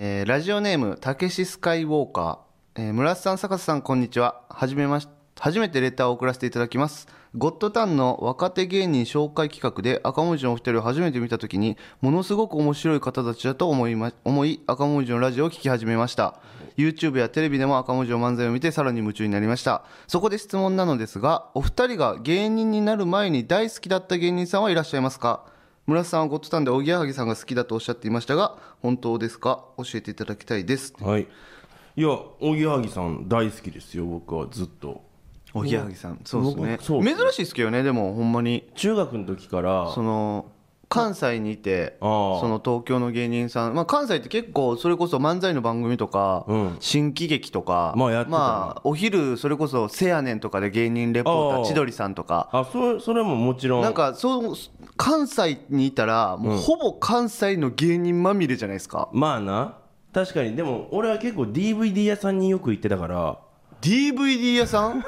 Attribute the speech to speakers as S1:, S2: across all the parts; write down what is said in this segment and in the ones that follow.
S1: えーラジオネームたけしスカイウォーカー、えー村瀬さん坂田さんこんにちははじめまし初めてレターを送らせていただきますゴッドタンの若手芸人紹介企画で赤文字のお二人を初めて見た時にものすごく面白い方たちだと思い,、ま、思い赤文字のラジオを聞き始めました YouTube やテレビでも赤文字の漫才を見てさらに夢中になりましたそこで質問なのですがお二人が芸人になる前に大好きだった芸人さんはいらっしゃいますか村瀬さんはゴッドタンでおぎやはぎさんが好きだとおっしゃっていましたが本当ですか教えていただきたいです
S2: はいいやおぎやはぎさん大好きですよ僕はずっと
S1: おぎやはぎさんそうですね
S2: 僕そうですね
S1: 珍しいですけどねでもほんまに
S2: 中学の時から
S1: その関西にいて
S2: あー
S1: その東京の芸人さん、まあ、関西って結構それこそ漫才の番組とか、
S2: うん
S1: 新喜劇とか、
S2: まあやってたな
S1: まあお昼それこそ「せやねん」とかで芸人レポータ
S2: あ
S1: ー
S2: ー
S1: 千鳥さんとか
S2: あそれそれももちろん
S1: なんかそう関西にいたらもうほぼ関西の芸人まみれじゃない ですか、
S2: まあな確かにでも俺は結構 DVD 屋さんによく行ってたから
S1: DVD 屋さん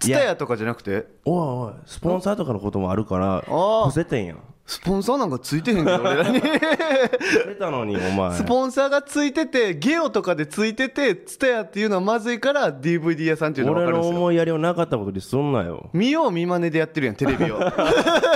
S1: ツタヤとかじゃなくて
S2: おいおいスポンサーとかのこともあるから
S1: ー
S2: 伏せてんやん
S1: スポンサーなんかついてへんけど俺らに
S2: 伏せたのにお 前
S1: スポンサーがついててゲオとかでついててツタヤっていうのはまずいから DVD 屋さんっていうのは分かるんで
S2: 俺の
S1: すよ
S2: 思いやりをなかったことにすんなよ
S1: 見よう見まねでやってるやんテレビを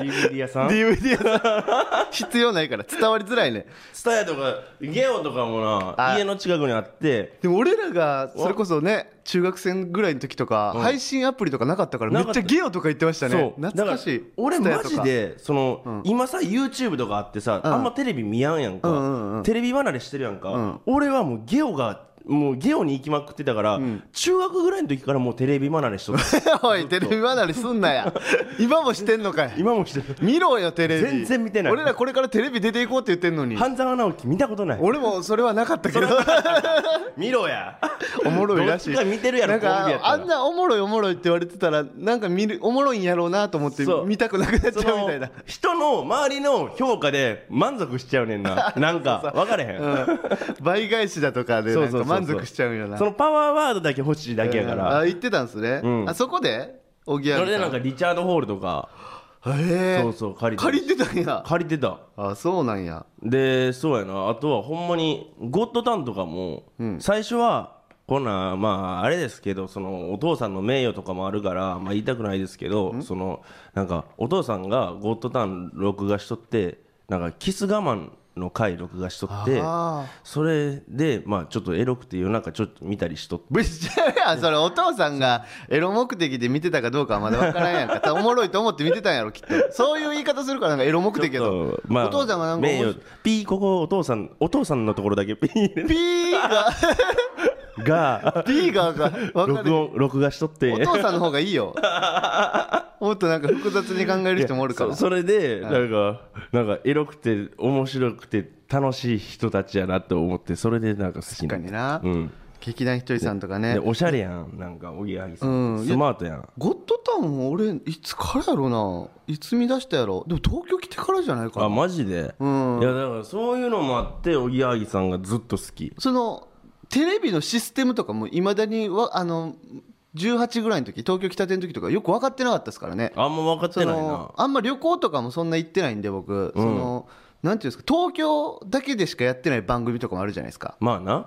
S2: DVD 屋さん
S1: DVD 屋さん 必要ないから伝わりづらいね
S2: スタヤとかゲオとかも
S1: あ
S2: な家の近くにあって
S1: でも俺らがそれこそね中学生ぐらいの時とか配信アプリとかなかったからめ
S2: な
S1: っ
S2: かっ
S1: ちゃ
S2: た
S1: ゲオとか言ってましたね
S2: そう
S1: 懐かし
S2: だ
S1: い
S2: ら俺マジ
S1: TSUTAYA とか
S2: でその、今さ YouTube とかあってさ、あんまテレビ見やんやんか、
S1: うんうんうん
S2: テレビ離れしてるやんか、俺はもうゲオがもうゲオに行きまくってたから、中学ぐらいの時からもうテレビ離れ しとった
S1: おいテレビ離れすんなや今もしてんのかい
S2: 今もしてる
S1: 見ろよテレビ
S2: 全然見てない
S1: 俺らこれからテレビ出ていこうって言ってんのに
S2: 半沢直樹見たことない
S1: 俺もそれはなかったけど
S2: 見ろや
S1: おもろいらしい
S2: どっちか見てるやろ
S1: なん
S2: コンビやっ
S1: か
S2: たら
S1: あんなおもろいおもろいって言われてたらなんか見るおもろいんやろうなと思って
S2: そう
S1: 見たくなくなっち
S2: そ
S1: ゃうみたい
S2: の
S1: な
S2: 人の周りの評価で満足しちゃうねん ななんか分かれへん、
S1: うん倍返しだとかでなんか満足しちゃうんよな
S2: そのパワーワードだけ欲しいだけやか
S1: うんあ
S2: ら、
S1: 言ってたんすね、
S2: うん
S1: あそこでおぎや
S2: そ
S1: は
S2: れ
S1: ぎ
S2: でな
S1: さ
S2: ん
S1: ん
S2: かリチャード・ホールとか
S1: へえ
S2: そうそう借りて
S1: 借りてたんや
S2: 借りてた
S1: あそうなんや
S2: でそうやなあとはほんまにゴッドタンとかも、最初はこんなんまああれですけどそのお父さんの名誉とかもあるから、まあ、言いたくないですけどそのなんかお父さんがゴッドタン録画しとってなんかキス我慢の回録画しとって
S1: ああ
S2: それでまあちょっとエロくて夜中ちょっと見たりしとって
S1: 別じゃやそれお父さんがエロ目的で見てたかどうかはまだ分からんやんかただおもろいと思って見てたんやろきっとそういう言い方するからなんかエロ目的やと、
S2: まあ
S1: お父さんがなんか
S2: 名誉ピーここお父さんお父さんのところだけピー入れて
S1: ピーが
S2: が
S1: ピーがが分か
S2: 録
S1: る
S2: 音録画しとって
S1: お父さんの方がいい よもっとなんか複雑に考える人もおるか
S2: いや
S1: ら
S2: そそれでなんかなんかエロくて面白くて楽しい人たちやなと思ってそれでなんか好き
S1: 確か
S2: な
S1: にな、
S2: うん
S1: 劇団ひとりさんとかね
S2: でおしゃれやんなんかおぎやはぎさ
S1: うん
S2: んスマートやん
S1: ゴッドタウンは俺いつからやろないつ見出したやろでも東京来てからじゃないか
S2: あ
S1: な
S2: マジでい
S1: うん
S2: やだからそういうのもあっておぎやはぎさんがずっと好き
S1: そのテレビのシステムとかもいまだにわあの18ぐらいの時東京来たての時とかよく分かってなかったですからね
S2: あんま分かっ
S1: そ
S2: てないな
S1: のあんま旅行とかもそんな行ってないんで僕、そのなんていうんですか東京だけでしかやってない番組とかもあるじゃないですか
S2: まあな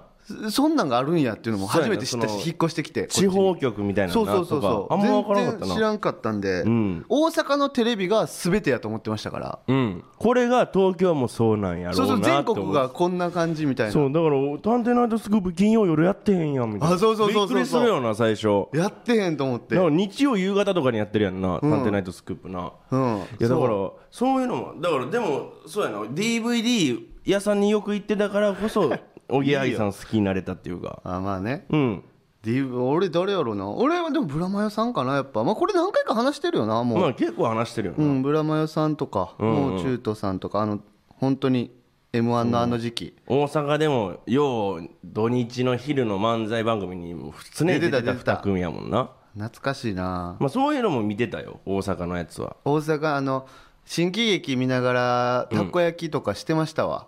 S1: そそんなんがあるんやっていうのも
S2: そう
S1: 初
S2: や
S1: め
S2: な
S1: て知ったし
S2: その
S1: 引っ越してきてこっちに
S2: 地方局みたいな
S1: そう
S2: のな
S1: そうそうそ
S2: と
S1: う
S2: かあんま分からなか
S1: 全然
S2: った
S1: 知
S2: な
S1: らんかったんで、
S2: ん
S1: 大阪のテレビが全てやと思ってましたから
S2: うんこれが東京もそうなんやろ
S1: そうそうう
S2: な
S1: 全
S2: って思
S1: 国
S2: う
S1: がこんな感じみたいな
S2: そうだから「探偵ナイトスクープ」金曜夜やってへんやんみたいな
S1: あそうそうそうそうそう
S2: びっくりするよな最初
S1: やってへんと思って
S2: だから日曜夕方とかにやってるやんな「探偵ナイトスクープな」
S1: うん
S2: いやだから
S1: そう
S2: そういうのもだからでもそうやな DVD 屋さんによく行ってたから こそおぎやはぎさん好きになれたっていうか
S1: あまあね
S2: うん
S1: で俺誰やろうな俺はでもブラマヨさんかなやっぱまあこれ何回か話してるよなもう、
S2: まあ結構話してるよ
S1: う
S2: な、
S1: んブラマヨさんとか、もう中途さんとかあの本当に m 1のあの時期、
S2: 大阪でもよう土日の昼の漫才番組にも常に出て
S1: 出
S2: た
S1: てた
S2: 2組やもんな
S1: 懐かしいな
S2: まあそういうのも見てたよ大阪のやつは
S1: 大阪あの新喜劇見ながらたこ焼きとかしてましたわ、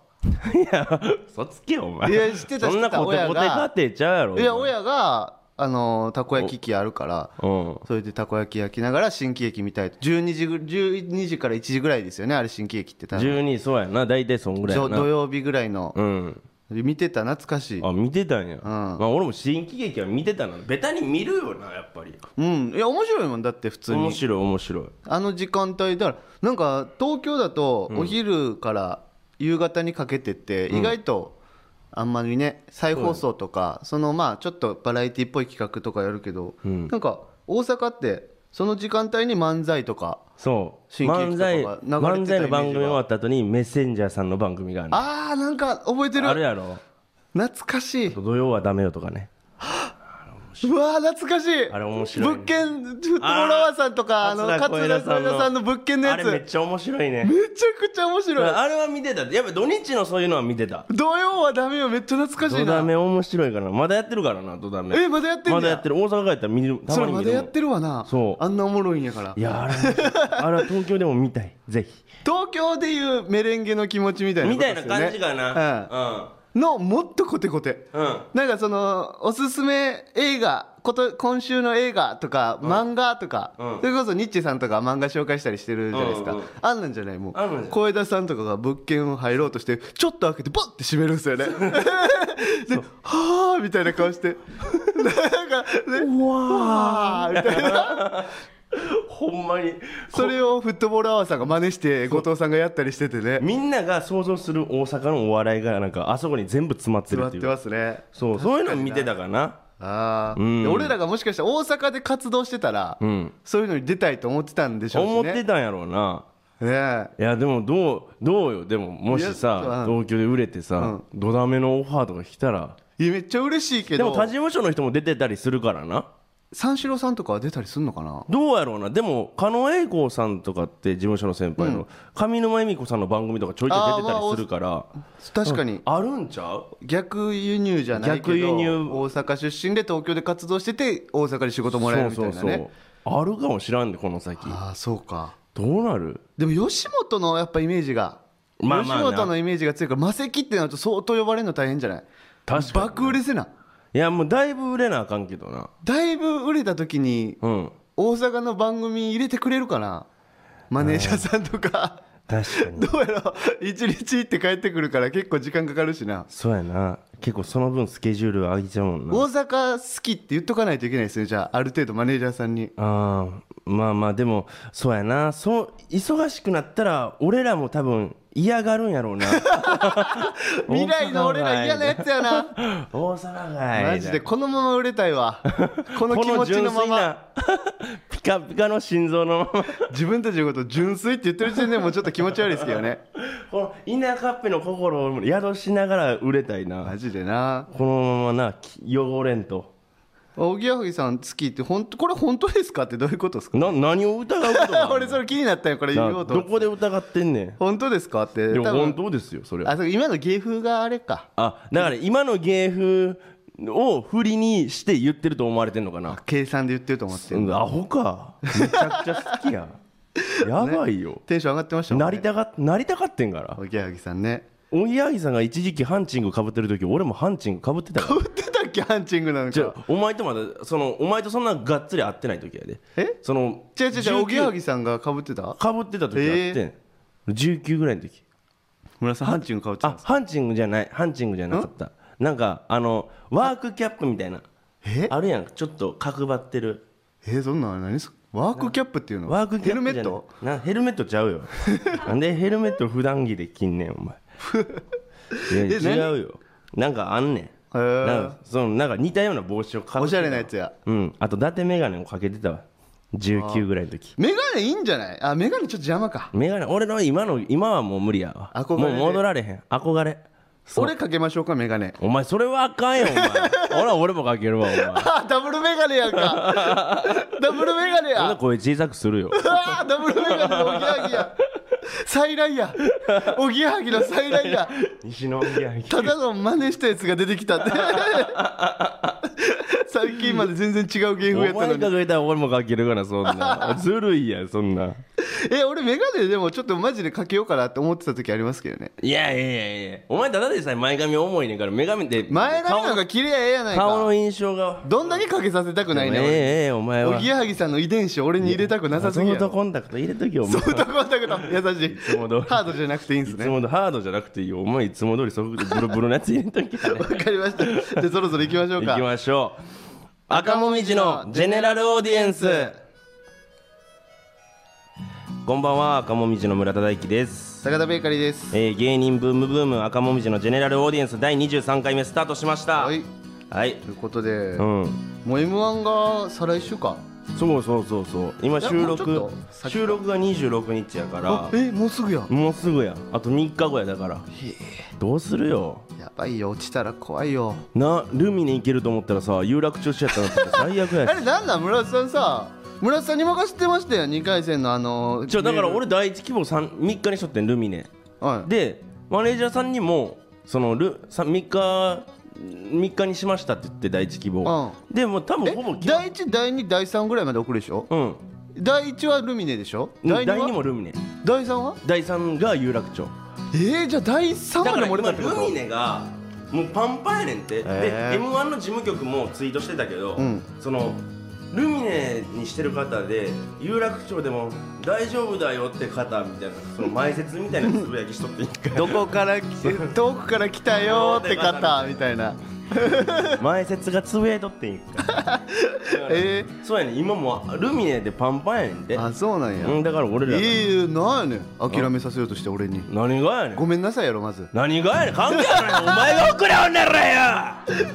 S2: いやそつけよお前
S1: いや知ってた
S2: そんな
S1: 知ってた
S2: コテコテ
S1: 親が
S2: 家庭ちゃうやろ
S1: いや親があのたこ焼き器あるから
S2: うん
S1: それでたこ焼き焼きながら新喜劇見たいと12時ぐ12時から1時ぐらいですよねあれ新喜劇って多分
S2: 12そうやな大体そんぐらいやな
S1: 土曜日ぐらいの
S2: うん
S1: で見てた懐かしい
S2: あ見てたんや、まあ、俺も新喜劇は見てたなベタに見るよなやっぱり
S1: うんいや面白いもんだって普通
S2: 面
S1: に
S2: 白い面白い
S1: あの時間帯だからなんか東京だとお昼から夕方にかけてって意外とあんまりね再放送とかそのまあちょっとバラエティっぽい企画とかやるけど
S2: うん
S1: なんか大阪ってその時間帯に漫才とか
S2: そう
S1: 新喜劇
S2: 漫
S1: とかが流れてたイメ
S2: 才
S1: ージが
S2: 漫才の番組終わった後にメッセンジャーさんの番組がある
S1: あーなんか覚えて
S2: ある
S1: る
S2: やろ
S1: 懐かしいう
S2: 土曜はダメよとかね
S1: わー懐かしい
S2: あれ面白いね
S1: 物件フットボールアワーさんとかあの
S2: 桂
S1: 桂小枝
S2: 小枝
S1: さんの物件のやつ
S2: あれ
S1: め
S2: めっちゃ面白いね
S1: ちゃくちゃ面白い
S2: あれは見てたやっぱ土日のそういうのは見てた
S1: 土曜はダメよめっちゃ懐かしい
S2: 土ダ
S1: な
S2: メ面白いからなまだやってるからな土ダメ
S1: えまだやってんねや
S2: まだやってる大阪帰ったら見るた
S1: そ
S2: ま
S1: れ
S2: に
S1: ま
S2: 見
S1: だ
S2: る
S1: や
S2: もん
S1: ってるわな
S2: そう
S1: あんなおもろいんやから
S2: いやあれ面白いあれは東京でも見たいぜ ひ
S1: 東京でいうメレンゲの気持ちみたいなこ
S2: み
S1: と
S2: た
S1: で
S2: い
S1: す
S2: な
S1: よね、
S2: 感じかな
S1: うん、のもっとコテコテ
S2: うんうん
S1: なんかそのおすすめ映画こと今週の映画とか漫画とか、
S2: うん
S1: それこそニッチさんとか漫画紹介したりしてるじゃないですか、
S2: うんうんうん
S1: あんなんじゃないも
S2: あんなん
S1: う
S2: じゃない
S1: 小枝さんとかが物件を入ろうとしてちょっと開けてバッて閉め るんですよねで「はあ」みたいな顔して なんかね「
S2: うわ
S1: はあ」みたいな
S2: ほんまに
S1: それをフットボールアワーさんが真似して後藤さんがやったりしててね
S2: みんなが想像する大阪のお笑いがなんかあそこに全部詰まって
S1: 座
S2: る
S1: っ
S2: って
S1: て
S2: いう
S1: ますね
S2: そうそういうの見てたからな
S1: ああ、
S2: ん
S1: で俺らがもしかしたら大阪で活動してたら、
S2: うん
S1: そういうのに出たいと思ってたんでしょうしね
S2: 思ってたんやろうな
S1: ねえ
S2: いやでもどうどうよでももし
S1: いや
S2: さ
S1: うん
S2: 東京で売れてさ土ダメのオファーとか来たら
S1: いやめっちゃ嬉しいけ
S2: でも
S1: ど
S2: 他事務所の人も出てたりするからな
S1: 三四郎さんとかは出たりすんのかな
S2: どうやろうなでも狩野英孝さんとかって事務所の先輩の上沼恵美子さんの番組とかちょいちょい出てたりするから
S1: 確かに、
S2: あるんちゃう
S1: 逆輸入じゃないけど
S2: 逆輸入
S1: 大阪出身で東京で活動してて大阪で仕事もらえるみたいなね
S2: あるかもしらんでこの先
S1: ああそうか
S2: どうなる
S1: でも吉本のやっぱイメージが、
S2: まあまあな
S1: 吉本のイメージが強いから魔石ってなると相当呼ばれるの大変じゃない
S2: 確かに
S1: 爆売れせない
S2: やもうだいぶ売れなあかんけどな
S1: だいぶ売れた時に
S2: うん
S1: 大阪の番組入れてくれるかなマネージャーさんとか
S2: 確かに
S1: どうやろ一日行って帰ってくるから結構時間かかるしな
S2: そうやな結構その分スケジュール上げちゃうもんな
S1: 大阪好きって言っとかないといけないですねじゃあある程度マネージャーさんに
S2: あーまあまあでもそうやなそう忙しくなったら俺らも多分嫌がるんやろうな
S1: 未来の俺ら嫌なやつやな
S2: 大阪街
S1: マジでこのまま売れたいわこの気持ちのまま
S2: この純粋な ピカピカの心臓のまま
S1: 自分たちのこと純粋って言ってる時点でもうちょっと気持ち悪いですけどね
S2: この田舎っぺの心を宿しながら売れたいな
S1: マジでな
S2: このままなき汚れんと
S1: おぎやはぎさん好きって本当これ本当ですかってどういうことですか
S2: な何を疑うこ と
S1: 俺それ気になったよこ れ言お
S2: な
S1: うと思
S2: ど
S1: って
S2: こで疑ってんねん
S1: 本当ですかって
S2: いや
S1: 多分
S2: 本当ですよそれは
S1: あそう今の芸風があれか
S2: あだから今の芸風を振りにして言ってると思われてんのかな
S1: 計算で言ってると思って
S2: うんアホかめちゃくちゃ好 きややばいよ、
S1: テンション上がってましたも
S2: なんり
S1: ね
S2: たがなりたかってんから
S1: おぎやはぎさんね
S2: おぎやはぎさんが一時期ハンチングかぶってる時俺もハンチングかぶってたから
S1: 売ってたっけハンチングなん
S2: じゃ
S1: か
S2: あお前とまだそのお前とそんながっつり会ってない時やで
S1: え
S2: その
S1: 違う違う違うおぎやはぎさんがかぶってた
S2: かぶってた時あってん、19ぐらいの時
S1: 村さんハンチングかぶって
S2: あハンチングじゃないハンチングじゃなかったなんかあのワークキャップみたいな
S1: え
S2: あるやんちょっと角張ってる
S1: えーそんなんあれ何すワークキャップっていうの
S2: ワークキャップ
S1: ヘルメ
S2: じ
S1: ッ
S2: ゃない
S1: ト
S2: なヘルメットちゃう よなんでヘルメット普段着で着んねん お前いや
S1: え何
S2: 違うよなんかあんねん
S1: へー
S2: なんかそのなんか似たような帽子をか
S1: お
S2: ぶっ
S1: してゃれなやつや
S2: うんあと伊達眼鏡をかけてたわ19ぐらいの時
S1: メガネいいんじゃないあメガネちょっと邪魔か
S2: 眼鏡俺の今の今はもう無理やわ
S1: 憧れ
S2: も
S1: で
S2: う戻られへん憧れそう
S1: 俺かけましょうかメガネ
S2: お前それはあかんよお 前俺は俺もかけるわお前ほん
S1: あダブルメガネやん かダブルメガネや
S2: な声小さくす るよ
S1: あーダブルメガネのおぎやはぎや再来やおぎやはぎの再来や
S2: 西の宮城
S1: ただの真似したやつが出てきたって 最近まで全然違う芸風やっ
S2: お
S1: たの
S2: 前
S1: に
S2: かけたら俺もかけるからそんなずるいやんそんな
S1: え俺メガネでもちょっとマジでかけようかなって思ってた時ありますけどね
S2: いやいやいやいやお前ただでさえ前髪重いねんから眼鏡で
S1: 前髪の方が綺麗やない
S2: 顔顔の
S1: か
S2: 印象が
S1: どんだけかけさせたくないね
S2: ええ
S1: 俺
S2: ええお前
S1: お
S2: は
S1: ぎやはぎさんの遺伝子を俺に入れたくなさすぎ
S2: ソ
S1: や
S2: フト
S1: ろ
S2: コンタクト入れときよお 前
S1: ソフトコンタクト優しい
S2: つも通り
S1: ハードじゃなくていいんです
S2: いつ
S1: ね
S2: ものハードじゃなくていいよお前いつも通りソフトブルブルのやつ入 れときやね
S1: わかりましたじゃあそろそろ行きましょう
S2: 行
S1: か
S2: きましょう赤もみじのジェネラルオーディエンスこんばんは赤もみじの村田大樹です、
S1: 坂田ベーカリーです
S2: えー芸人ブームブーム赤もみじのジェネラルオーディエンス第23回目スタートしました
S1: はい
S2: はい
S1: ということで
S2: うん
S1: もう m 1が再来週か
S2: そうそうそうそう今
S1: いや
S2: 収
S1: もうちょ
S2: 録
S1: っと先か
S2: 収録が26日やか
S1: あえもうすぐや
S2: らもうすぐやあと3日後やだからどうするよ
S1: やばいよ落ちたら怖いよ
S2: なルミネ行けると思ったらさ有楽町しやったら 最悪やし
S1: あれなんなん村田さんさ村田さんに任せてましたよ2回戦のあの
S2: じゃあだから俺第一希望 3, 3日にしとってんルミネ
S1: はい
S2: でマネージャーさんにもそのル 3, 日3日にしましたって言って第一希望、でもう多分
S1: え
S2: ほぼ決まっ
S1: 第1第2第3ぐらいまで送るでしょ
S2: うん
S1: 第1はルミネでしょ
S2: 第
S1: 第2
S2: 2
S1: は
S2: もルミネ
S1: 第3は
S2: 第3が有楽町
S1: えー、じゃあ第3ま
S2: だか
S1: で
S2: ら
S1: 漏れた
S2: 今
S1: ってこ
S2: ル
S1: と
S2: ミネがもうパンパンやねんって、
S1: へー
S2: で m 1の事務局もツイートしてたけど、
S1: うん
S2: そのルミネにしてる方で有楽町でも大丈夫だよって方みたいなその前説みたいなつぶやきしとって一回
S1: どこから来て遠くから来たよーって方みたいな
S2: 前説がつぶやいとっていいんか
S1: え
S2: そうやねん今もうルミネでパンパンやねんて
S1: ー、あそうなんや、
S2: うんだから俺らが
S1: ええなんやねん諦めさせようとして俺に
S2: 何がやね
S1: ご
S2: ん
S1: めんなさいやろまず
S2: 何がやねん関係ないお前が送れおんならよ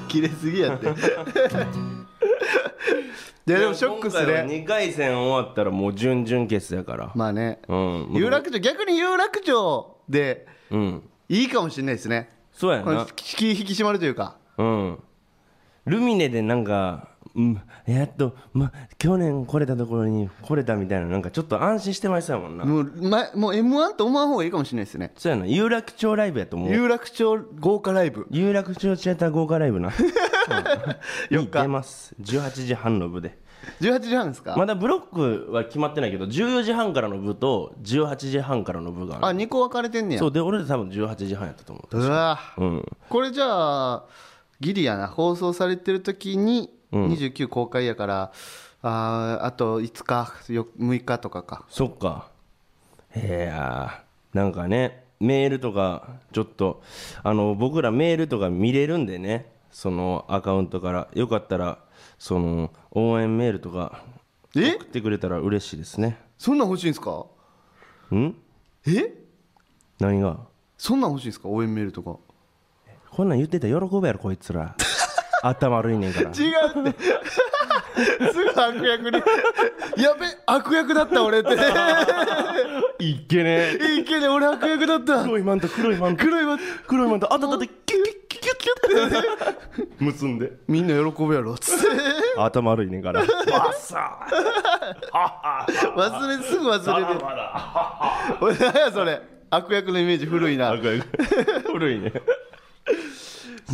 S1: 切れすぎやって いやでもショックっす
S2: 今回は
S1: ね
S2: 2回戦終わったらもう準々決やから、
S1: まあね
S2: うん
S1: 有楽町逆に有楽町で
S2: うん
S1: いいかもしれないですね
S2: そうや
S1: この
S2: な
S1: 気引き締まるというか
S2: うんルミネでなんか、うん、やっと、ま、去年来れたところに来れたみたいななんかちょっと安心してましたもんな、
S1: もう,、ま、もう m 1と思わん方がいいかもしれないですね
S2: そうやな有楽町ライブやと思う
S1: 有楽町豪華ライブ
S2: 有楽町シアター豪華ライ ブな
S1: よっ
S2: に出ます18時半の部で
S1: 18時半ですか、
S2: まだブロックは決まってないけど14時半からの部と18時半からの部がある
S1: あ2個分かれてんねや
S2: そうで俺ら多分18時半やったと思
S1: うわ
S2: ううん
S1: これじゃあギリやな放送されてる時に29公開やから、あーあと5日よ6日とかか
S2: そっかいやーなんかねメールとかちょっとあの僕らメールとか見れるんでねそのアカウントからよかったらその応援メールとか送
S1: え
S2: ってくれたら嬉しいですね
S1: そんなん欲しいんですか
S2: ん
S1: え
S2: 何が
S1: そんなん欲しいんですか応援メールとか
S2: こんなん言ってたら喜ぶやろこいつ ら頭悪いねんから
S1: 違うって すぐ悪役にやべ悪役だった 俺って
S2: いっけね
S1: いけね俺悪役だった
S2: 黒いマント黒いマント
S1: 黒いわ
S2: 黒いマントあたたてキュッキュッキュッキュッキュッ って結んで
S1: みんな喜ぶやろつって
S2: 頭悪いねんから バッサー
S1: 忘れすぐ忘れて
S2: まだ
S1: おい何やそれ悪役のイメージ古いな
S2: 悪い 古いね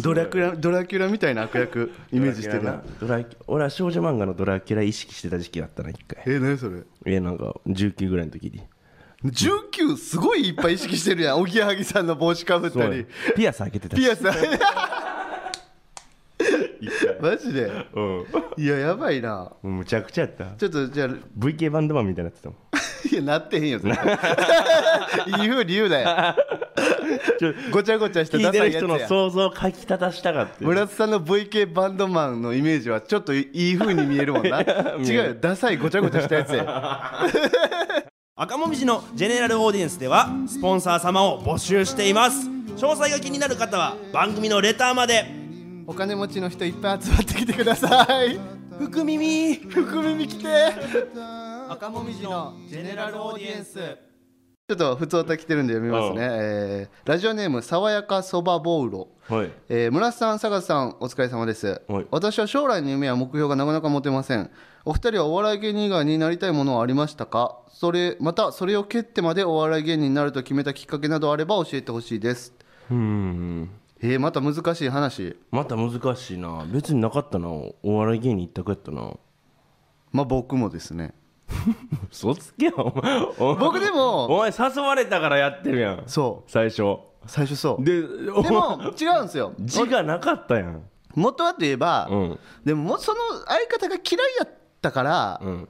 S1: ドラキュラドラキュラみたいな悪役イメージしてるな
S2: ドラキュラ俺は少女漫画のドラキュラ意識してた時期だったな一回
S1: え何それ
S2: いやなんか19ぐらいの時に
S1: 19すごいいっぱい意識してるやん おぎやはぎさんの帽子かぶっ
S2: そ
S1: た
S2: う
S1: り
S2: ねピアス開けてたし
S1: ピアス
S2: 一回
S1: マジで
S2: うん
S1: いややばいな
S2: もうむちゃくちゃやった
S1: ちょっとじゃあ
S2: VK バンドマンみたいになってたもん
S1: いやなってへんよ それいいふうに言うなよ
S2: ちょ
S1: ごちゃごちゃした
S2: 聞い
S1: ダ
S2: て
S1: サ
S2: る
S1: いやつ
S2: 人の
S1: や
S2: 想像をかき立たしたかって
S1: 村田さんの VK バンドマンのイメージはちょっとい いふうに見えるもんな違うよダサいごちゃごちゃしたや つや
S3: 赤もみじのジェネラルオーディエンスではスポンサー様を募集しています詳細が気になる方は番組のレターまで
S1: お金持ちの人いっぱい集まってきてください
S3: 福耳
S1: 福耳 来て
S3: 赤もみじのジェネラルオーディエンス
S1: ちょっと普通歌来てるんで読みますね、えーラジオネーム爽やかそばボウロ
S2: はい
S1: えー村瀬さん、坂田さん、お疲れ様です
S2: はい。
S1: 私は将来の夢や目標がなかなか持てません。お二人はお笑い芸人以外になりたいものはありましたかそれ、また、それを蹴ってまでお笑い芸人になると決めたきっかけなどあれば教えてほしいです。
S2: うん
S1: えー、また難しい話。
S2: また難しいな別になかったなお笑い芸人一択やったな
S1: まあ僕もですね。
S2: 嘘つけよお前お前
S1: 僕でも
S2: お前誘われたからやってるやん
S1: そ
S2: 最初
S1: う最初そう
S2: で
S1: で
S2: で
S1: も違うんですよ
S2: 字がなかったやん
S1: 元はといえば、
S2: うん
S1: でももうその相方が嫌いやったから、
S2: うん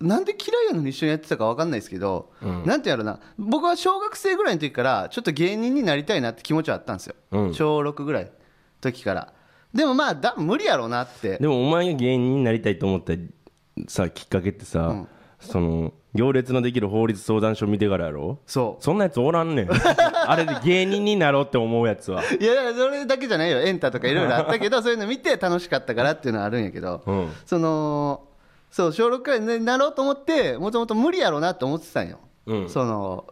S1: なんで嫌いやのに一緒にやってたか分かんないですけど、なんてやろな僕は小学生ぐらいの時からちょっと芸人になりたいなって気持ちはあったんですよ、
S2: うん
S1: 小6ぐらいの時からでもまあだ無理やろうなって
S2: でもお前が芸人になりたいと思ったさきっかけってさ、その行列のできる法律相談所見てからやろ
S1: そう
S2: そんなやつおら んねんあれで芸人になろうって思うやつはい
S1: やいやそれだけじゃないよエンタとかいろいろあったけ どそういうの見て楽しかったからっていうのはあるんやけど、
S2: うん
S1: そのそう小6くらいになろうと思ってもともと無理やろうなって思ってたんよ、
S2: うん
S1: その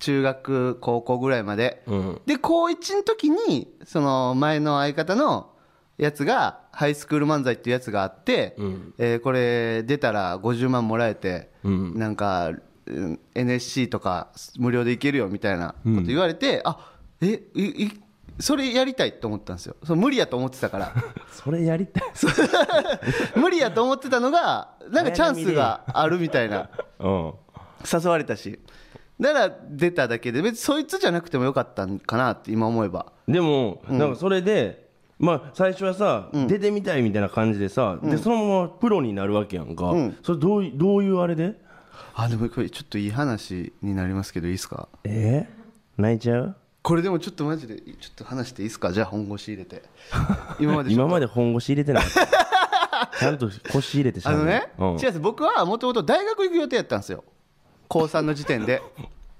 S1: 中学高校ぐらいまで、
S2: うん
S1: で高1の時にその前の相方のやつがハイスクール漫才っていうやつがあって、
S2: うん
S1: えーこれ出たら50万もらえて、
S2: うん
S1: なんかうん NSC とか無料で行けるよみたいなこと言われて、あえいいそれやりたいと思ったんですよその無理やと思ってたから
S2: それやりたい
S1: 無理やと思ってたのがなんかチャンスがあるみたいな
S2: うん
S1: 誘われたしだから出ただけで別にそいつじゃなくてもよかったんかなって今思えば
S2: でも、なんかそれで、まあ、最初はさ、出てみたいみたいな感じでさ、でそのままプロになるわけやんか、それどういどういうあれで
S1: あでもこれちょっといい話になりますけどいいですか
S2: え泣いちゃう
S1: これでもちょっとマジでちょっと話していいですかじゃあ本腰入 れて今までちょ
S2: 今
S1: っと
S2: まで本腰入れてな かったちゃんと腰入れてしゃ
S1: あ
S2: べる
S1: のね、
S2: うん
S1: 違うんです僕はもともと大学行く予定やったんですよ高3の時点で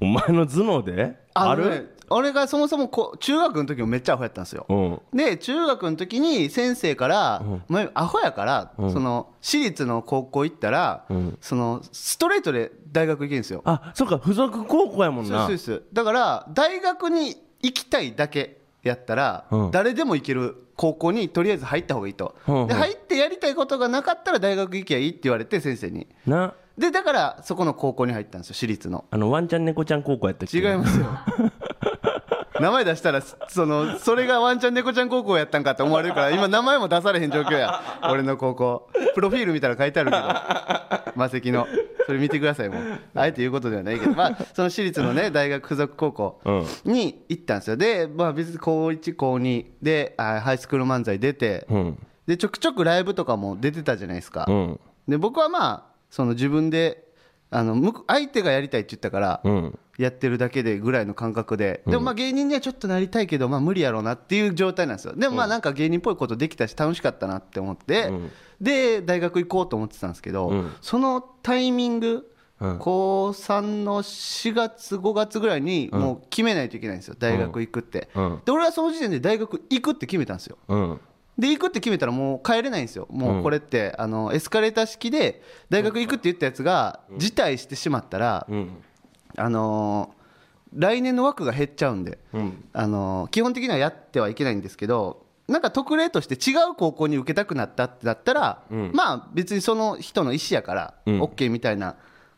S2: お前の頭脳であ
S1: のね
S2: る
S1: 俺がそもそもこう中学の時もめっちゃアホやったんですよ
S2: うん
S1: で中学の時に先生から、お前アホやから、その私立の高校行ったら、そのストレートで大学行けるんですよ
S2: あそっか付属高校やもん
S1: そう
S2: な
S1: ですそうですだから大学に行きたいだけやったら、
S2: うん
S1: 誰でも行ける高校にとりあえず入った方がいいと、
S2: うんうん
S1: で入ってやりたいことがなかったら大学行きゃいいって言われて先生に
S2: な
S1: でだからそこの高校に入ったんですよ私立の
S2: あのワンちゃん猫ちゃん高校やったっけ
S1: 違いますよ名前出したらそのそれがワンちゃん猫ちゃん高校やったんかって思われるから今名前も出されへん状況や俺の高校プロフィール見たら書いてあるけど魔石のそれ見てくださいもうあえて言うことではないけどまあその私立のね大学附属高校に行ったんですよでまあ別に高1高2であハイスクール漫才出て
S2: うん
S1: でちょくちょくライブとかも出てたじゃないですか
S2: うん
S1: で僕はまあその自分であの向こう相手がやりたいって言ったから、
S2: うん
S1: やってるだけでぐらいの感覚で、でもまあ芸人にはちょっとなりたいけど、まあ、無理やろうなっていう状態なんですよでもまあなんか芸人っぽいことできたし楽しかったなって思って、で大学行こうと思ってたんですけど、
S2: うん
S1: そのタイミング、
S2: うん
S1: 高3の4月5月ぐらいにもう決めないといけないんですよ大学行くって、
S2: うん
S1: で俺はその時点で大学行くって決めたんですよ
S2: うん
S1: で行くって決めたらもう帰れないんですよもうこれって、あのエスカレーター式で大学行くって言ったやつが辞退してしまったら、
S2: うん
S1: あのー来年の枠が減っちゃうんで、
S2: うん
S1: あのー基本的にはやってはいけないんですけどなんか特例として違う高校に受けたくなったってなったら、まあ別にその人の意思やから、
S2: うん
S1: OK みたいな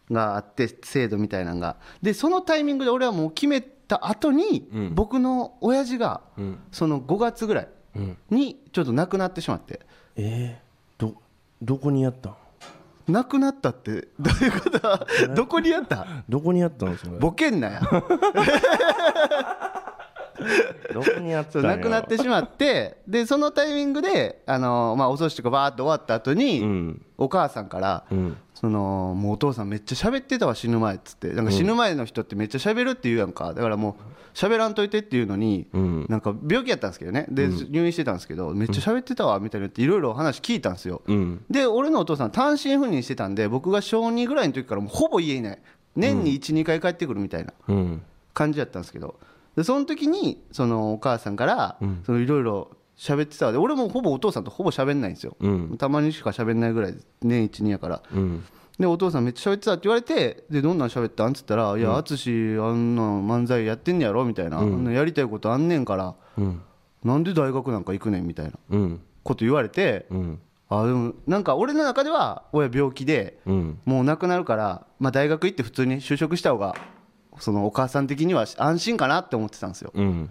S1: のがあって制度みたいなのがでそのタイミングで俺はもう決めた後に、
S2: うん
S1: 僕の親父が、
S2: うん
S1: その5月ぐらい
S2: うん
S1: にちょっと亡くなってしまって
S2: えー、どどこにやったん
S1: 亡くなったってどういうこと どこにあった
S2: どこにやったんそれ
S1: ボケんなや
S2: どこにやった
S1: そ
S2: ん
S1: う
S2: や
S1: なくなってしまってでそのタイミングで、あのまあ、お葬式がバーっと終わった後に、
S2: うん
S1: お母さんから、
S2: うん
S1: その「もうお父さんめっちゃ喋ってたわ死ぬ前」っつってなんか死ぬ前の人ってめっちゃ喋るって言うやんかだからもう喋らんといてっていうのに、
S2: うん
S1: なんか病気やったんですけどねで、入院してたんですけどめっちゃ喋ってたわみたいなっていろいろお話聞いたんですよ、
S2: うん
S1: で俺のお父さん単身赴任してたんで僕が小2ぐらいの時からもうほぼ家いない年に12、回帰ってくるみたいな
S2: うん
S1: 感じやったんですけどでその時にそのお母さんからそのいろいろ喋ってたわで俺もほぼお父さんとほぼ喋んないんですよ、
S2: うん
S1: たまにしか喋んないぐらいです年一二やから
S2: うん
S1: でお父さんめっちゃ喋ってたって言われてでどんなん喋ったんっつったら「いや淳あんなん漫才やってんねやろ」みたいな、あんなんやりたいことあんねんから
S2: うん
S1: なんで大学なんか行くねんみたいな
S2: うん
S1: こと言われて、
S2: うん
S1: あでもなんか俺の中では親病気で
S2: うん
S1: もう亡くなるから、まあ、大学行って普通に就職した方がそのお母さん的には安心かなって思ってたんですよ
S2: うん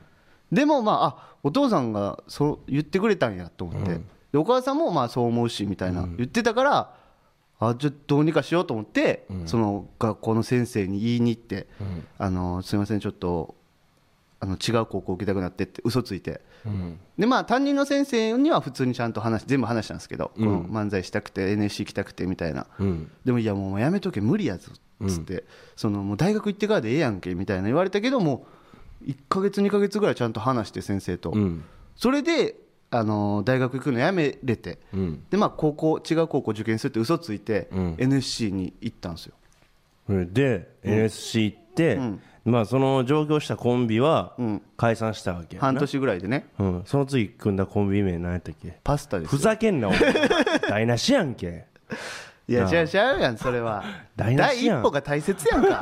S1: でもまああお父さんがそう言ってくれたんやと思って、でお母さんもまあそう思うしみたいな、言ってたからあじゃあどうにかしようと思って、その学校の先生に言いに行って「あのすいませんちょっとあの違う高校受けたくなって」って嘘ついて、でまあ担任の先生には普通にちゃんと話全部話したんですけど、この漫才したくて NSC 行きたくてみたいな、でもいやもうやめとけ無理やぞっつって、そのもう大学行ってからでええやんけみたいな言われたけども1か月2か月ぐらいちゃんと話して先生と、それで、あの大学行くのやめれて、でまあ高校違う高校受験するって嘘ついて、NSC に行ったんですよ
S2: それで NSC 行って、まあその上京したコンビは解散したわけやな
S1: 半年ぐらいでね
S2: うん、その次組んだコンビ名何やったっけ
S1: パスタです
S2: ふ
S1: よ
S2: ざけんなお前台無しやんけ
S1: いや違う違うやんそれは
S2: 台無し
S1: 第一
S2: やん
S1: 歩が大切やんか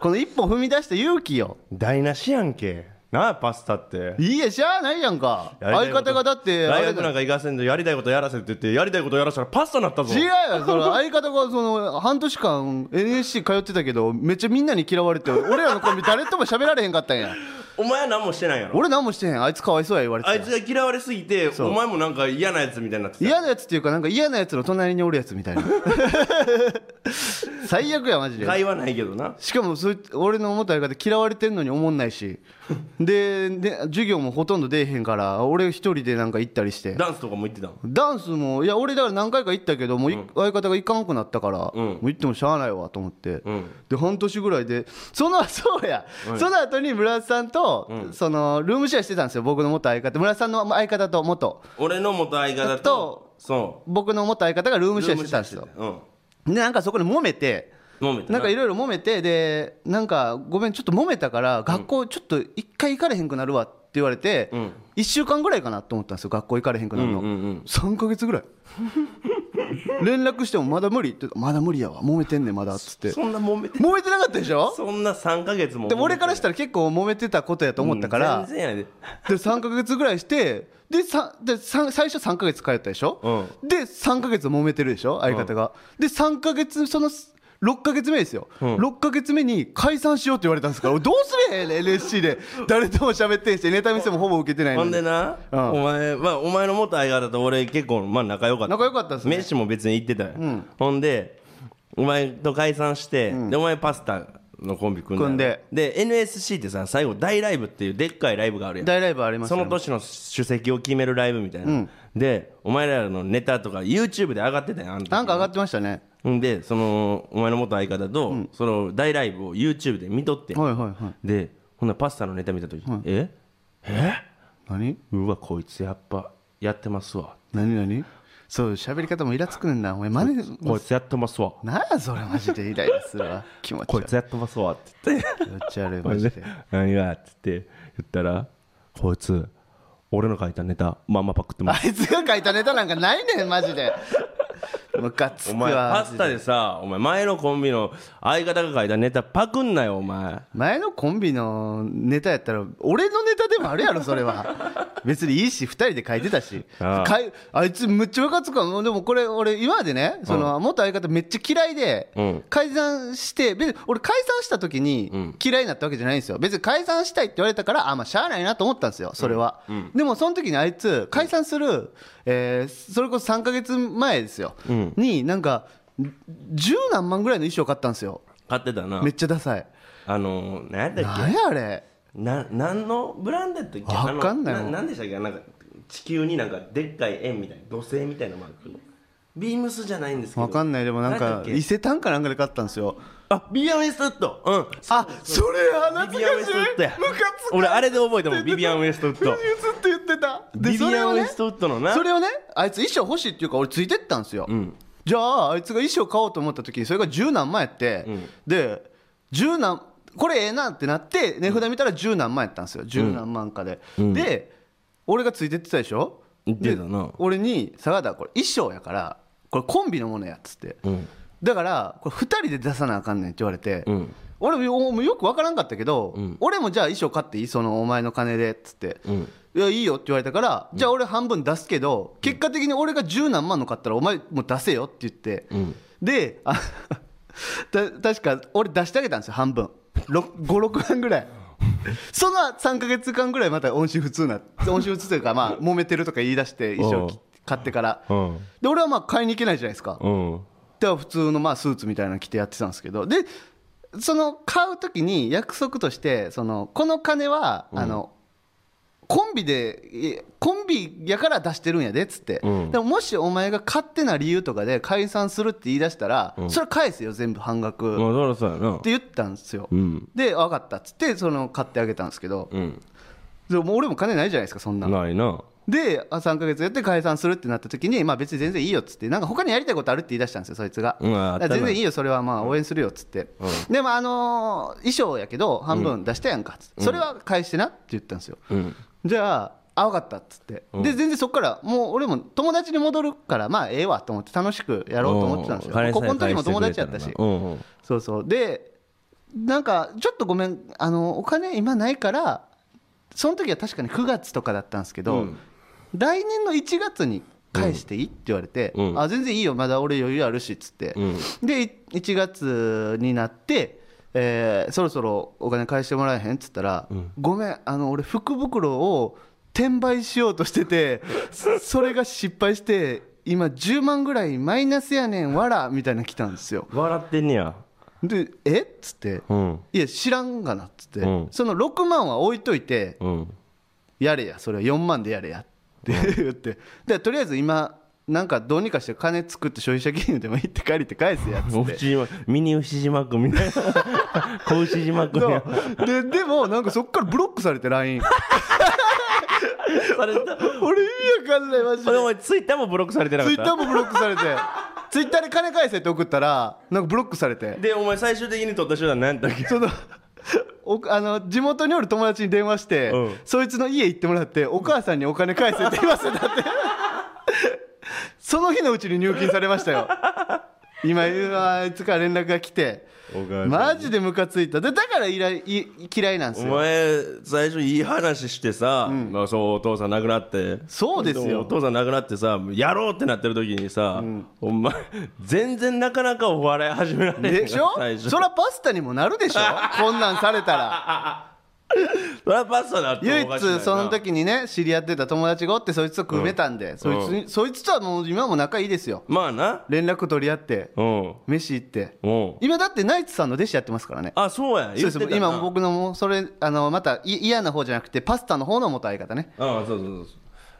S1: この一歩踏み出した勇気よ
S2: 台無しやんけなあパスタって
S1: いいやしゃあないやんか
S2: やりた
S1: 相
S2: いこと
S1: 方がだってあ
S2: 大
S1: れ
S2: 学
S1: だ
S2: なんか行かせんとやりたいことやらせって言ってやりたいことやらしたらパスタになったぞ
S1: 違うよその相方がその半年間 NSC 通ってたけどめっちゃみんなに嫌われて俺らのコンビ誰とも喋られへんかったんや
S2: お前は何もしてないやろ
S1: 俺何もしてへんあいつかわいそうや言われてた
S2: あいつが嫌われすぎてお前もなんか嫌なやつみたいになってた
S1: 嫌なやつっていうかなんか嫌なやつの隣におるやつみたい な最悪やマジで
S2: 会話ないけどな
S1: しかもそい俺の思った相方嫌われてんのに思んないしでで授業もほとんど出えへんから俺一人でなんか行ったりして
S2: ダンスとかも行ってたもん
S1: ダンスもいや俺だから何回か行ったけどもうい、相方が行かんくなったから、もう行ってもしゃあないわと思って、で半年ぐらいでその そうや、その後に村田さんと、そのルームシェアしてたんですよ僕の元相方村田さんの相方と元
S2: 俺の元相方と
S1: と
S2: そ
S1: 僕の元相方がルー
S2: う
S1: ムシェアしてたんですよ
S2: ルームシェアして
S1: でなんかそこで揉めて
S2: たうん飲めて
S1: なんかいろいろ揉めてでなんかごめんちょっと揉めたから学校ちょっと一回行かれへんくなるわって言われて1週間ぐらいかなと思ったんですよ学校行かれへんくなるの3ヶ月ぐ らい連絡してもまだ無理って言うとまだ無理やわ揉めてんねんまだっつって
S2: そんな揉めて
S1: 揉めてなかったでしょ
S2: そんな3ヶ月も
S1: で俺から
S2: し
S1: したら結構揉めてたことやと思ったから、
S2: 全然やで
S1: で3か月ぐらいしてでさでさ最初3か月通ったでしょ、で3か月揉めてるでしょ相方が、で3か月その6か月目ですよ、6か月目に解散しようって言われたんですから俺どうすりゃええねん NSC で誰とも喋ってんしネタ見せもほぼ受けてないの
S2: ほん
S1: に
S2: でな、
S1: うん
S2: お前、まあ、お前の元相方と俺結構、まあ、仲良かった。
S1: 仲良かったっすね
S2: 飯も別に行ってたよ、ほんで、お前と解散して、で、お前パスタのコンビ組んだよ
S1: 組んで。
S2: で、NSC ってさ、最後大ライブっていうでっかいライブがあるやん。
S1: 大ライブありました
S2: そ
S1: ね
S2: の年の主席を決めるライブみたいな。で、お前らのネタとか YouTube で上がってたやん、あの時
S1: なんか上がってましたね
S2: んで、その、お前の元相方と、その大ライブを YouTube で見とって。
S1: はいはいはい
S2: で、ほんならパスタのネタ見た時、ええ
S1: 何
S2: うわこいつやっぱやってますわ
S1: 何何そう喋り方もイラつくねんなお前真似
S2: こいつやってますわ
S1: なんやそれマジでイライラするわ気持ち
S2: こい
S1: 悪い
S2: つやってますわって言って
S1: 気持ち悪いマジで
S2: 何がって言って言ったらこいつ俺の書いたネタまんまパクってます
S1: あいつが書いたネタなんかないねんマジでムカつ
S2: お
S1: く
S2: 前パ
S1: わ
S2: スタでさお前前のコンビの相方が書いたネタパクんなよお前
S1: 前のコンビのネタやったら俺のネタでもあるやろそれ は別にいいし2人で書いてたし
S2: ああ
S1: かいあいつむっちゃムカつくわでもこれ俺今までねその元相方めっちゃ嫌いで、
S2: うん
S1: 解散して別に俺解散した時に嫌いになったわけじゃないんですよ別に解散したいって言われたからあまあしゃあないなと思ったんですよそれは、でもその時にあいつ解散する、えーそれこそ3ヶ月前ですよ、になんか十何万ぐらいの衣装買ったんですよ
S2: 買ってたな
S1: めっちゃダサい
S2: あのー何やったっ
S1: 何やあれ
S2: けな何のブランドやったっけ
S1: わかんない
S2: あ
S1: も
S2: の
S1: ん
S2: 何でしたっけなんか地球になんかでっかい円みたいな土星みたいなマークビームスじゃないんですけど
S1: わかんないでもなん
S2: 何やった
S1: か
S2: っけ
S1: 伊勢丹かなんかで買ったんですよ
S2: あ、ビビアン・ウェストウッド。うん。
S1: あそれや懐かしい
S2: ビビアン・ウェストウッドや。
S1: ムカつく
S2: 俺、あれで覚えたもん、ビビアン・ウェストウッ
S1: ず
S2: ド。
S1: っと言ってた
S2: ビビアン・ウェス
S1: それ
S2: トウ
S1: をね
S2: ッドのな。
S1: それをねあいつ衣装欲しいっていうから俺ついてったんですよ、じゃああいつが衣装買おうと思った時にそれが十何万やって、で十何これええなってなって値札見たら十何万やったんですよ十何万かで、で俺がついてってたでしょ
S2: 言ってたな
S1: で俺に「坂田これ衣装やからこれコンビのものや」っつって、だからこれ2人で出さなあかんねんって言われて、俺もよもうよく分からんかったけど、俺もじゃあ衣装買っていいそのお前の金でっつって、いやいいよって言われたから、じゃあ俺半分出すけど結果的に俺が十何万の買ったらお前もう出せよって言って、であた確か俺出してあげたんですよ半分56万ぐらい。その3か月間ぐらいまた音信不通な音信不通というかまあ揉めてるとか言い出して衣装き
S2: うん
S1: 買ってから
S2: うん
S1: で俺はまあ買いに行けないじゃないですか
S2: うん。
S1: では普通のまあスーツみたいなの着てやってたんですけどでその買う時に約束としてそのこの金は、あのコンビでえコンビやから出してるんやでっつって、
S2: うん
S1: でももしお前が勝手な理由とかで解散するって言い出したら、
S2: ん
S1: それ返せよ全部半額、
S2: ま
S1: っ
S2: あそりゃそうやな
S1: て言ったんですよ、
S2: うん
S1: で分かったっつってその買ってあげたんですけど、
S2: うん
S1: でも俺も金ないじゃないですかそんな
S2: ないな
S1: であ3ヶ月やって解散するってなった時に、まあ、別に全然いいよっつってなんか他にやりたいことあるって言い出したんですよそいつが、
S2: うんあっ
S1: だ
S2: たな
S1: から全然いいよそれはまあ応援するよっつって、でもあのー衣装やけど半分出したやんかっつって、それは返してなって言ったんですよ、
S2: うん
S1: じゃああ分かったっつって、で全然そっからもう俺も友達に戻るからまあええわと思って楽しくやろうと思ってたんですよ、
S2: う
S1: ここの時も友達やったし、
S2: うんうん
S1: そうそうでなんかちょっとごめんあのお金今ないからその時は確かに9月とかだったんですけど、
S2: うん
S1: 来年の1月に返していい、って言われて、
S2: うん
S1: あ全然いいよまだ俺余裕あるしっつって、
S2: うん
S1: でい1月になって、えーそろそろお金返してもらえへんっつったら、ごめんあの俺福袋を転売しようとしてて それが失敗して今10万ぐらいマイナスやねんわらみたいなの来たんですよ
S2: 笑ってんねや
S1: で「えっ?」つって「
S2: うん
S1: いや知らんがな」っつって、
S2: うん
S1: その6万は置いといて
S2: うん
S1: 「やれやそれは4万でやれや」って言ってでとりあえず今なんかどうにかして金作って消費者金融でも行って借りて返すや つ
S2: お
S1: って。
S2: 牛島ミニ牛島君みたい な小牛島君や
S1: そうででもなんかそっからブロックされて LINE
S2: それそ
S1: 俺意味わかんないマジで
S2: れ お前ツイッターもブロックされてなか
S1: ツイ
S2: っ
S1: ッター
S2: た
S1: もブロックされてツイッターで金返せって送ったらなんかブロックされて
S2: でお前最終的に取った手段何やったっけ
S1: その おあの地元におる友達に電話して、
S2: うん
S1: そいつの家行ってもらってお母さんにお金返せって言わせたって その日のうちに入金されましたよ今あいつから連絡が来て
S2: お母さんに
S1: マジでムカついたでだからいらい嫌いなんです
S2: お
S1: よ
S2: 前最初いい話してさ、まあ、そうお父さん亡くなって
S1: そうですよ
S2: お父さん亡くなってさやろうってなってる時にさ、お前全然なかなかお笑い始められへん
S1: でし ょ
S2: 最初
S1: そらパスタにもなるでし ょこんなんされたら
S2: そらパスタだって
S1: 唯
S2: もおかしないな
S1: 一その時にね知り合ってた友達がおってそいつと組めたんで、そいつにそいつとはもう今も仲いいですよ
S2: まあな
S1: 連絡取り合って
S2: うん
S1: 飯行って
S2: うん
S1: 今だってナイツさんの弟子やってますからね
S2: あそうや
S1: そ
S2: 言
S1: う
S2: って
S1: そ
S2: た
S1: う
S2: な
S1: 今僕のもうそれあのまたい嫌な方じゃなくてパスタの方の元相方ね
S2: ああそうそうそうそう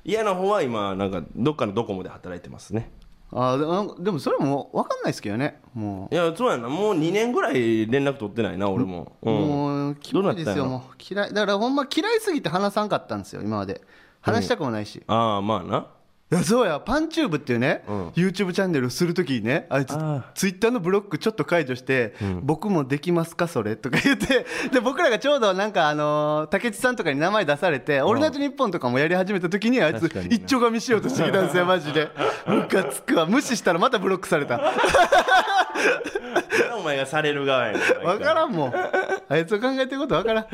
S2: 家の方は今なんかどっかのドコモで働いてますね
S1: あーでもなんかでもそれも分かんないですけどねも
S2: いやそうやなもう2年ぐらい連絡取ってないな俺も、
S1: う、
S2: うん、
S1: もうキモいです
S2: どうなったんや
S1: よ
S2: ろ
S1: もう嫌いだからほんま嫌いすぎて話さんかったんですよ今まで話したくもないし、
S2: ああまあない
S1: やそうやパンチューブっていうね、YouTube チャンネルをするときにねあいつ
S2: あ
S1: ツイッターのブロックちょっと解除して、僕もできますかそれとか言って で僕らがちょうどなんかあのー竹内さんとかに名前出されて「オールナイトニッポン」とかもやり始めたときにあいつ
S2: 確かにな
S1: 一丁噛みしようとしてきたんです よマジでムカつくわ無視したらまたブロックされた
S2: お前がされる側やね
S1: わからんもんあいつの考えてることわからん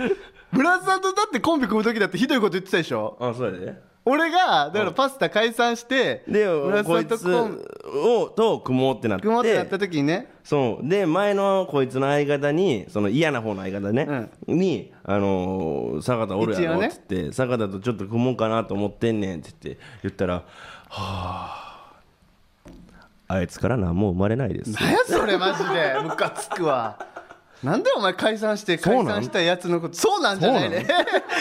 S1: 村田さんとだってコンビ組むときだってひどいこと言ってたでしょ
S2: あそうやで
S1: 俺がだからパスタ解散して
S2: で
S1: 村田
S2: こ
S1: さ
S2: い
S1: んと
S2: つ
S1: コンビ
S2: をと組もうってなって
S1: 組もうってなったときにね
S2: そうで前のこいつの相方にその嫌な方の相方ね、に、あのー坂田おるや
S1: 一応
S2: ろ」
S1: ね
S2: っつって、坂田とちょっと組もうかなと思ってんねん」って言って言ったら「はああいつから何も生まれな いです」
S1: 何やそれマジでムカつくわなんでお前解散して
S2: そうな
S1: 解散
S2: ん
S1: したやつのことそうなんじゃないで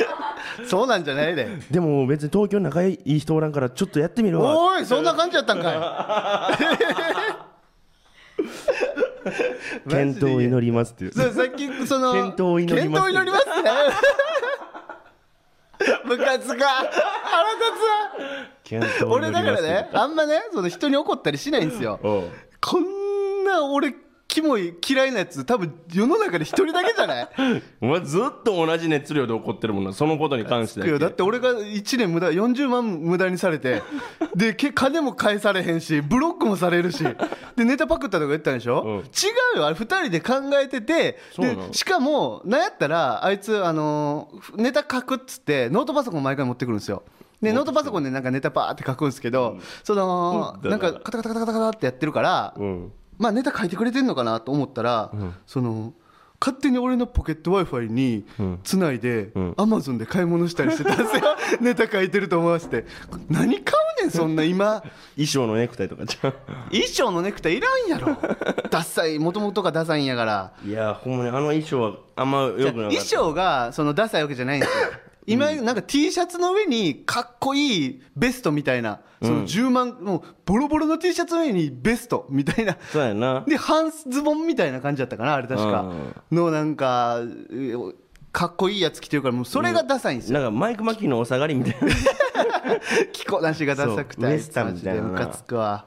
S1: そうなんじゃないで
S2: でも別に東京仲いい人おらんからちょっとやってみるわ
S1: おいそんな感じやったんか い
S2: 検討を
S1: り
S2: 祈りますっていう
S1: そうさっきその
S2: 健闘を祈りま
S1: 健
S2: す
S1: 闘を祈りますってムカつか腹立
S2: 検
S1: つ
S2: 討
S1: わ
S2: を
S1: 俺
S2: 祈り
S1: だか
S2: ま
S1: ら
S2: す
S1: ねあんまねその人に怒ったりしないんですよ
S2: おう
S1: こんな俺キモい嫌いなやつ多分世の中で一人だけじゃない
S2: お前ずっと同じ熱量で怒ってるもんなそのことに関してだ
S1: いやだっ
S2: け
S1: て俺が1年無駄40万無駄にされ てでけ金も返されへんしブロックもされるしでネタパクったとか言ったんでしょ、
S2: うん
S1: 違うよあれ2人で考えてて
S2: そうな
S1: で
S2: の
S1: しかもなんやったらあいつ、あのーネタ書くっつってノートパソコン毎回持ってくるんですよでノートパソコンでなんかネタパーって書くんですけど、その
S2: うん
S1: なんかカタカタカタカタカタってやってるから、
S2: うん
S1: まあネタ書いてくれてんのかなと思ったら、その勝手に俺のポケット w i f i につ ないで、アマゾンで買い物したりしてたんですよネタ書いてると思わせて「何買うねねんそんな今
S2: 衣装のネクタイとかじゃう
S1: 衣装のネクタイいらんや ろダサいもともとがダサいんやから
S2: いやほんまにあの衣装はあんまよくなかっ
S1: 衣
S2: た
S1: 装がそのダサいわけじゃないんですよ今なんか T シャツの上にかっこいいベストみたいなその10万もうボロボロの T シャツの上にベストみたいな
S2: そうやな
S1: で半ズボンみたいな感じだったかなあれ確かのなんかえかっこいいやつ着てるからもうそれがダサいんですよ
S2: なんかマイク・マキーのお下がりみたいなあっ
S1: 着こなしがダサくて
S2: そう
S1: あい
S2: ウエスタンみたいなな
S1: マジでムカつくわ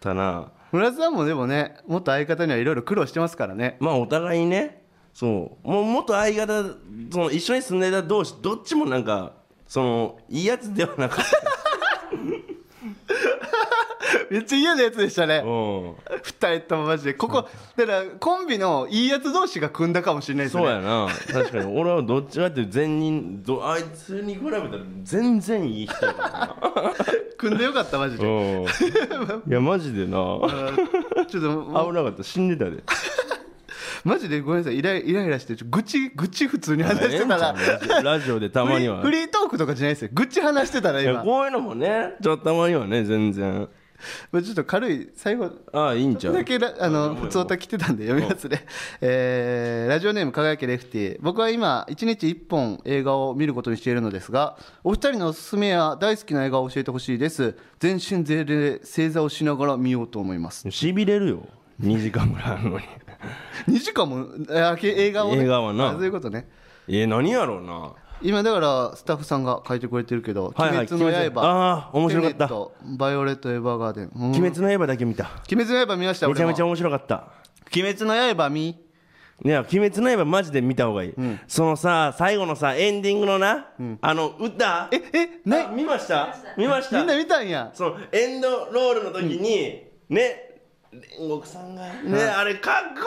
S2: たな
S1: 村田さんもでもねもっと相方にはいろいろ苦労してますからね
S2: まあお互いねそうもう元相方その一緒に住んでた同士どっちもなんかそのいいやつではなかっ
S1: めっちゃ嫌なやつでしたね
S2: た う
S1: 二人ともマジでここだからコンビのいいやつ同士が組んだかもしれない
S2: ん
S1: です
S2: そうや
S1: ね
S2: な確かに俺はどっちかっていうと全人どあいつに比べたら全然いい人やからな
S1: 組んでよかったマジ
S2: う
S1: で
S2: ん いやマジで な
S1: ちょっともう
S2: 危なかった死んでた で
S1: マジでごめんなさいイライライラしてちょ愚痴愚痴普通に話してたら
S2: ええんちゃうラジオでたまには
S1: フリーフリートークとかじゃないですよ愚痴話してたら
S2: いや
S1: 今
S2: こういうのもねちょっとたまにはね全然
S1: まあちょっと軽い最後
S2: ああいいんちゃう
S1: だけらあの
S2: もう
S1: 普通歌来てたんで読みますね、えーラジオネーム輝けレフティ僕は今1日1本映画を見ることにしているのですがお二人のおすすめや大好きな映画を教えてほしいです全身全霊で正座をしながら見ようと思います
S2: しびれるよ2時間ぐらいあるのに
S1: 2時間もあけ映画を、ね、
S2: 映画はな
S1: あそういうことね
S2: え何やろうな
S1: 今だからスタッフさんが書いてくれてるけど「
S2: はいはい
S1: 鬼滅の
S2: 鬼滅
S1: 刃」
S2: あー面白かった
S1: テネットバイオレット・エヴァーガーデン」うん
S2: 鬼滅の刃だけ見た
S1: 鬼滅の刃」見ました
S2: めちゃめち
S1: 俺
S2: ゃ
S1: も
S2: 面白かった
S1: 鬼滅の刃見
S2: いや鬼滅の刃マジで見た方がいい、そのさ最後のさエンディングのな、あの歌
S1: ええな
S2: あ見ました見ました
S1: みんな見たんや
S2: そのエンドロールの時に、ね煉獄さんがねあれかっこ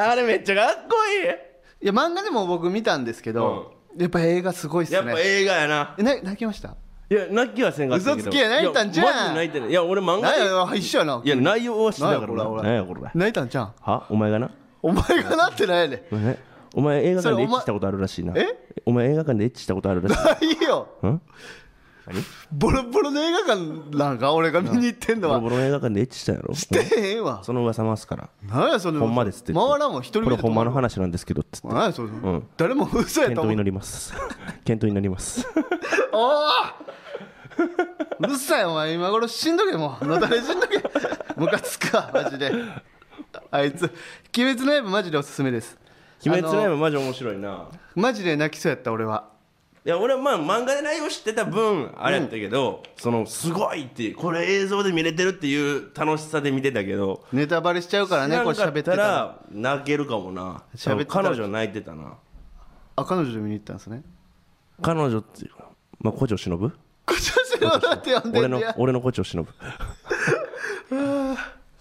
S2: いいあれめっちゃかっこいい
S1: いや漫画でも僕見たんですけど、やっぱ映画すごいっすね
S2: やっぱ映画やな
S1: えな泣きました
S2: いや泣きはせんかったけど
S1: 嘘つけ泣いたんじゃん
S2: いやマジで泣いてないいや俺漫画
S1: 何
S2: で
S1: や一緒やない
S2: や内容は知
S1: 何
S2: だ
S1: や
S2: か
S1: これ
S2: ら
S1: 俺
S2: 何やこれ
S1: 泣いたんちゃん
S2: はお前がな
S1: お前がなってないやね
S2: えお前映画
S1: それ
S2: 館
S1: お
S2: で
S1: 前
S2: エッチしたことあるらしいな
S1: え
S2: お前映画館でエッチしたこと あるらしい
S1: んいいよ
S2: ん
S1: ボロボロの映画館なんか俺が見に行ってんの
S2: ボロ
S1: は
S2: ボロの映画館でエッチしたやろ
S1: してへんわ
S2: その噂回すから
S1: 何やその
S2: ほんまですって
S1: 回らんわ一人
S2: これ
S1: 見
S2: ほんまの話なんですけどっつって
S1: 何やそれ、
S2: ん
S1: 誰も嘘や
S2: 検
S1: と
S2: 討
S1: 思
S2: に
S1: う
S2: なります 検討になり ます
S1: おおうるさいお前今頃しんどけもうのだれしんどけムカつくわマジであいつ「鬼滅の刃」マジでおすすめです
S2: 鬼滅
S1: あ
S2: の刃マジ面白いな
S1: マジで泣きそうやった俺はい
S2: や俺はまあ漫画で内容知ってた分あれやったけど、そのすごいっていうこれ映像で見れてるっていう楽しさで見てたけど
S1: ネタバレしちゃうからね
S2: 知らん
S1: これ
S2: か
S1: 喋ってた
S2: た
S1: ら
S2: ら泣けるかもな
S1: 喋ってたら
S2: 彼女泣いてたな
S1: あ彼女で見に行ったんですね
S2: 彼女っていうかまあ胡蝶忍ぶ
S1: こちらのだって呼んで
S2: 俺
S1: ん
S2: の
S1: ねや
S2: 俺の胡蝶忍ぶ
S1: あ
S2: 見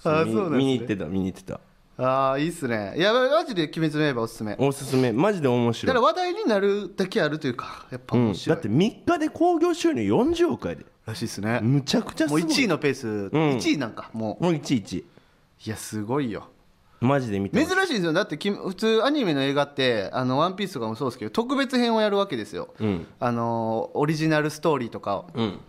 S1: そうなん
S2: 見に
S1: ですね
S2: 行ってた見に行ってた
S1: あーいいっすねいやマジで「鬼滅の刃」おすすめだ
S2: おすすめマジで面白
S1: か
S2: い
S1: ら話題になるだけあるというかやっぱ面
S2: だ
S1: 白い、
S2: って3日で興行収入40億やで
S1: らしいっすね
S2: むちゃくちゃす
S1: もう
S2: ごい
S1: 1位のペース、1位なんかもう
S2: もう1位1位
S1: いやすごいよ
S2: マジで見て
S1: 珍
S2: ます
S1: しいんですよだってき普通アニメの映画って「あのワンピースとかもそうですけど特別編をやるわけですよ、
S2: ん
S1: あのオリジナルストーリーとかを
S2: うん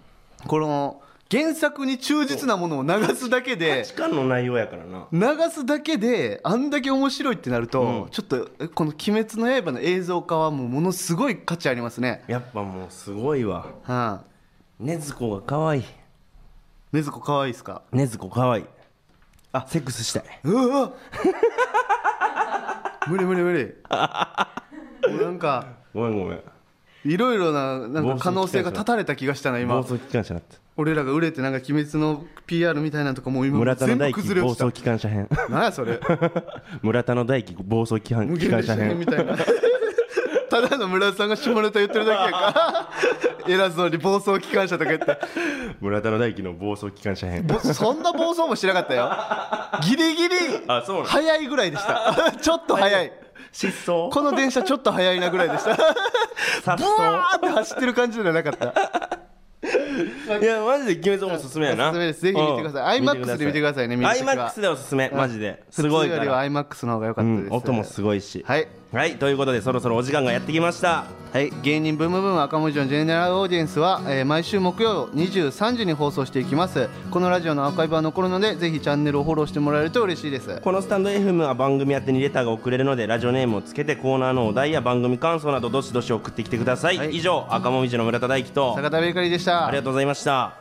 S1: この原作に忠実なものを流すだけ で
S2: 時間の内容やからな
S1: 流すだけであんだけ面白いってなると、ちょっとえこの「鬼滅の刃」の映像化はもうものすごい価値ありますね
S2: やっぱもうすごいわ
S1: はあ
S2: 禰豆子が可愛い
S1: 禰豆子可愛いですか
S2: 禰豆子可愛いあセックスしたいう
S1: わ 無理無理無 理もうなんか
S2: ごめんごめん
S1: いろいろななんか可能性が断たれた気がしたな
S2: 暴
S1: 今
S2: 走機関車だった
S1: 俺らが売れてなんか鬼滅の PR みたいなのとかもう今
S2: 村田の
S1: 全部
S2: 大輝
S1: 崩れ
S2: 暴
S1: 落ち
S2: 走
S1: た
S2: 機関 車編
S1: 何やそ れ
S2: 村田の大輝暴走機関
S1: 無
S2: 機
S1: 限
S2: 関
S1: 列
S2: 車
S1: 車編み
S2: 編
S1: たい なただの村田さんが下ネタ言ってるだけやから偉そうに暴走機関車とか言って
S2: 村田の大輝の暴走機関車編
S1: ぼそんな暴走もしてなかったよギリギリ
S2: あそうなの
S1: 早いぐらいでした ちょっと早い
S2: 失踪
S1: この電車ちょっと早いなぐらいでした
S2: 殺
S1: ブワーって走ってる感じじゃなかった
S2: いやマジで鬼滅おすすめやな
S1: おすすめですぜひ見てください
S2: うん
S1: IMAX で見てくださいね見る
S2: ア
S1: とき
S2: イ
S1: は
S2: マックスでおすすめマジですごい
S1: 普通
S2: か
S1: より
S2: ら
S1: は iMAX の方が良か
S2: う
S1: ったで
S2: ん
S1: す、
S2: 音もすごいし
S1: はい
S2: はいということでそろそろお時間がやってきました
S1: はい、芸人ブームブーム赤文字のジェネラルオーディエンスは、えー毎週木曜23時に放送していきますこのラジオのアーカイブは残るのでぜひチャンネルをフォローしてもらえると嬉しいです
S2: このスタンド FM は番組宛てにレターが送れるのでラジオネームをつけてコーナーのお題や番組感想などどしどし送ってきてください、
S1: はい
S2: 以上赤もみじの村田大樹と
S1: 坂田ベーカリーでした
S2: ありがとうございました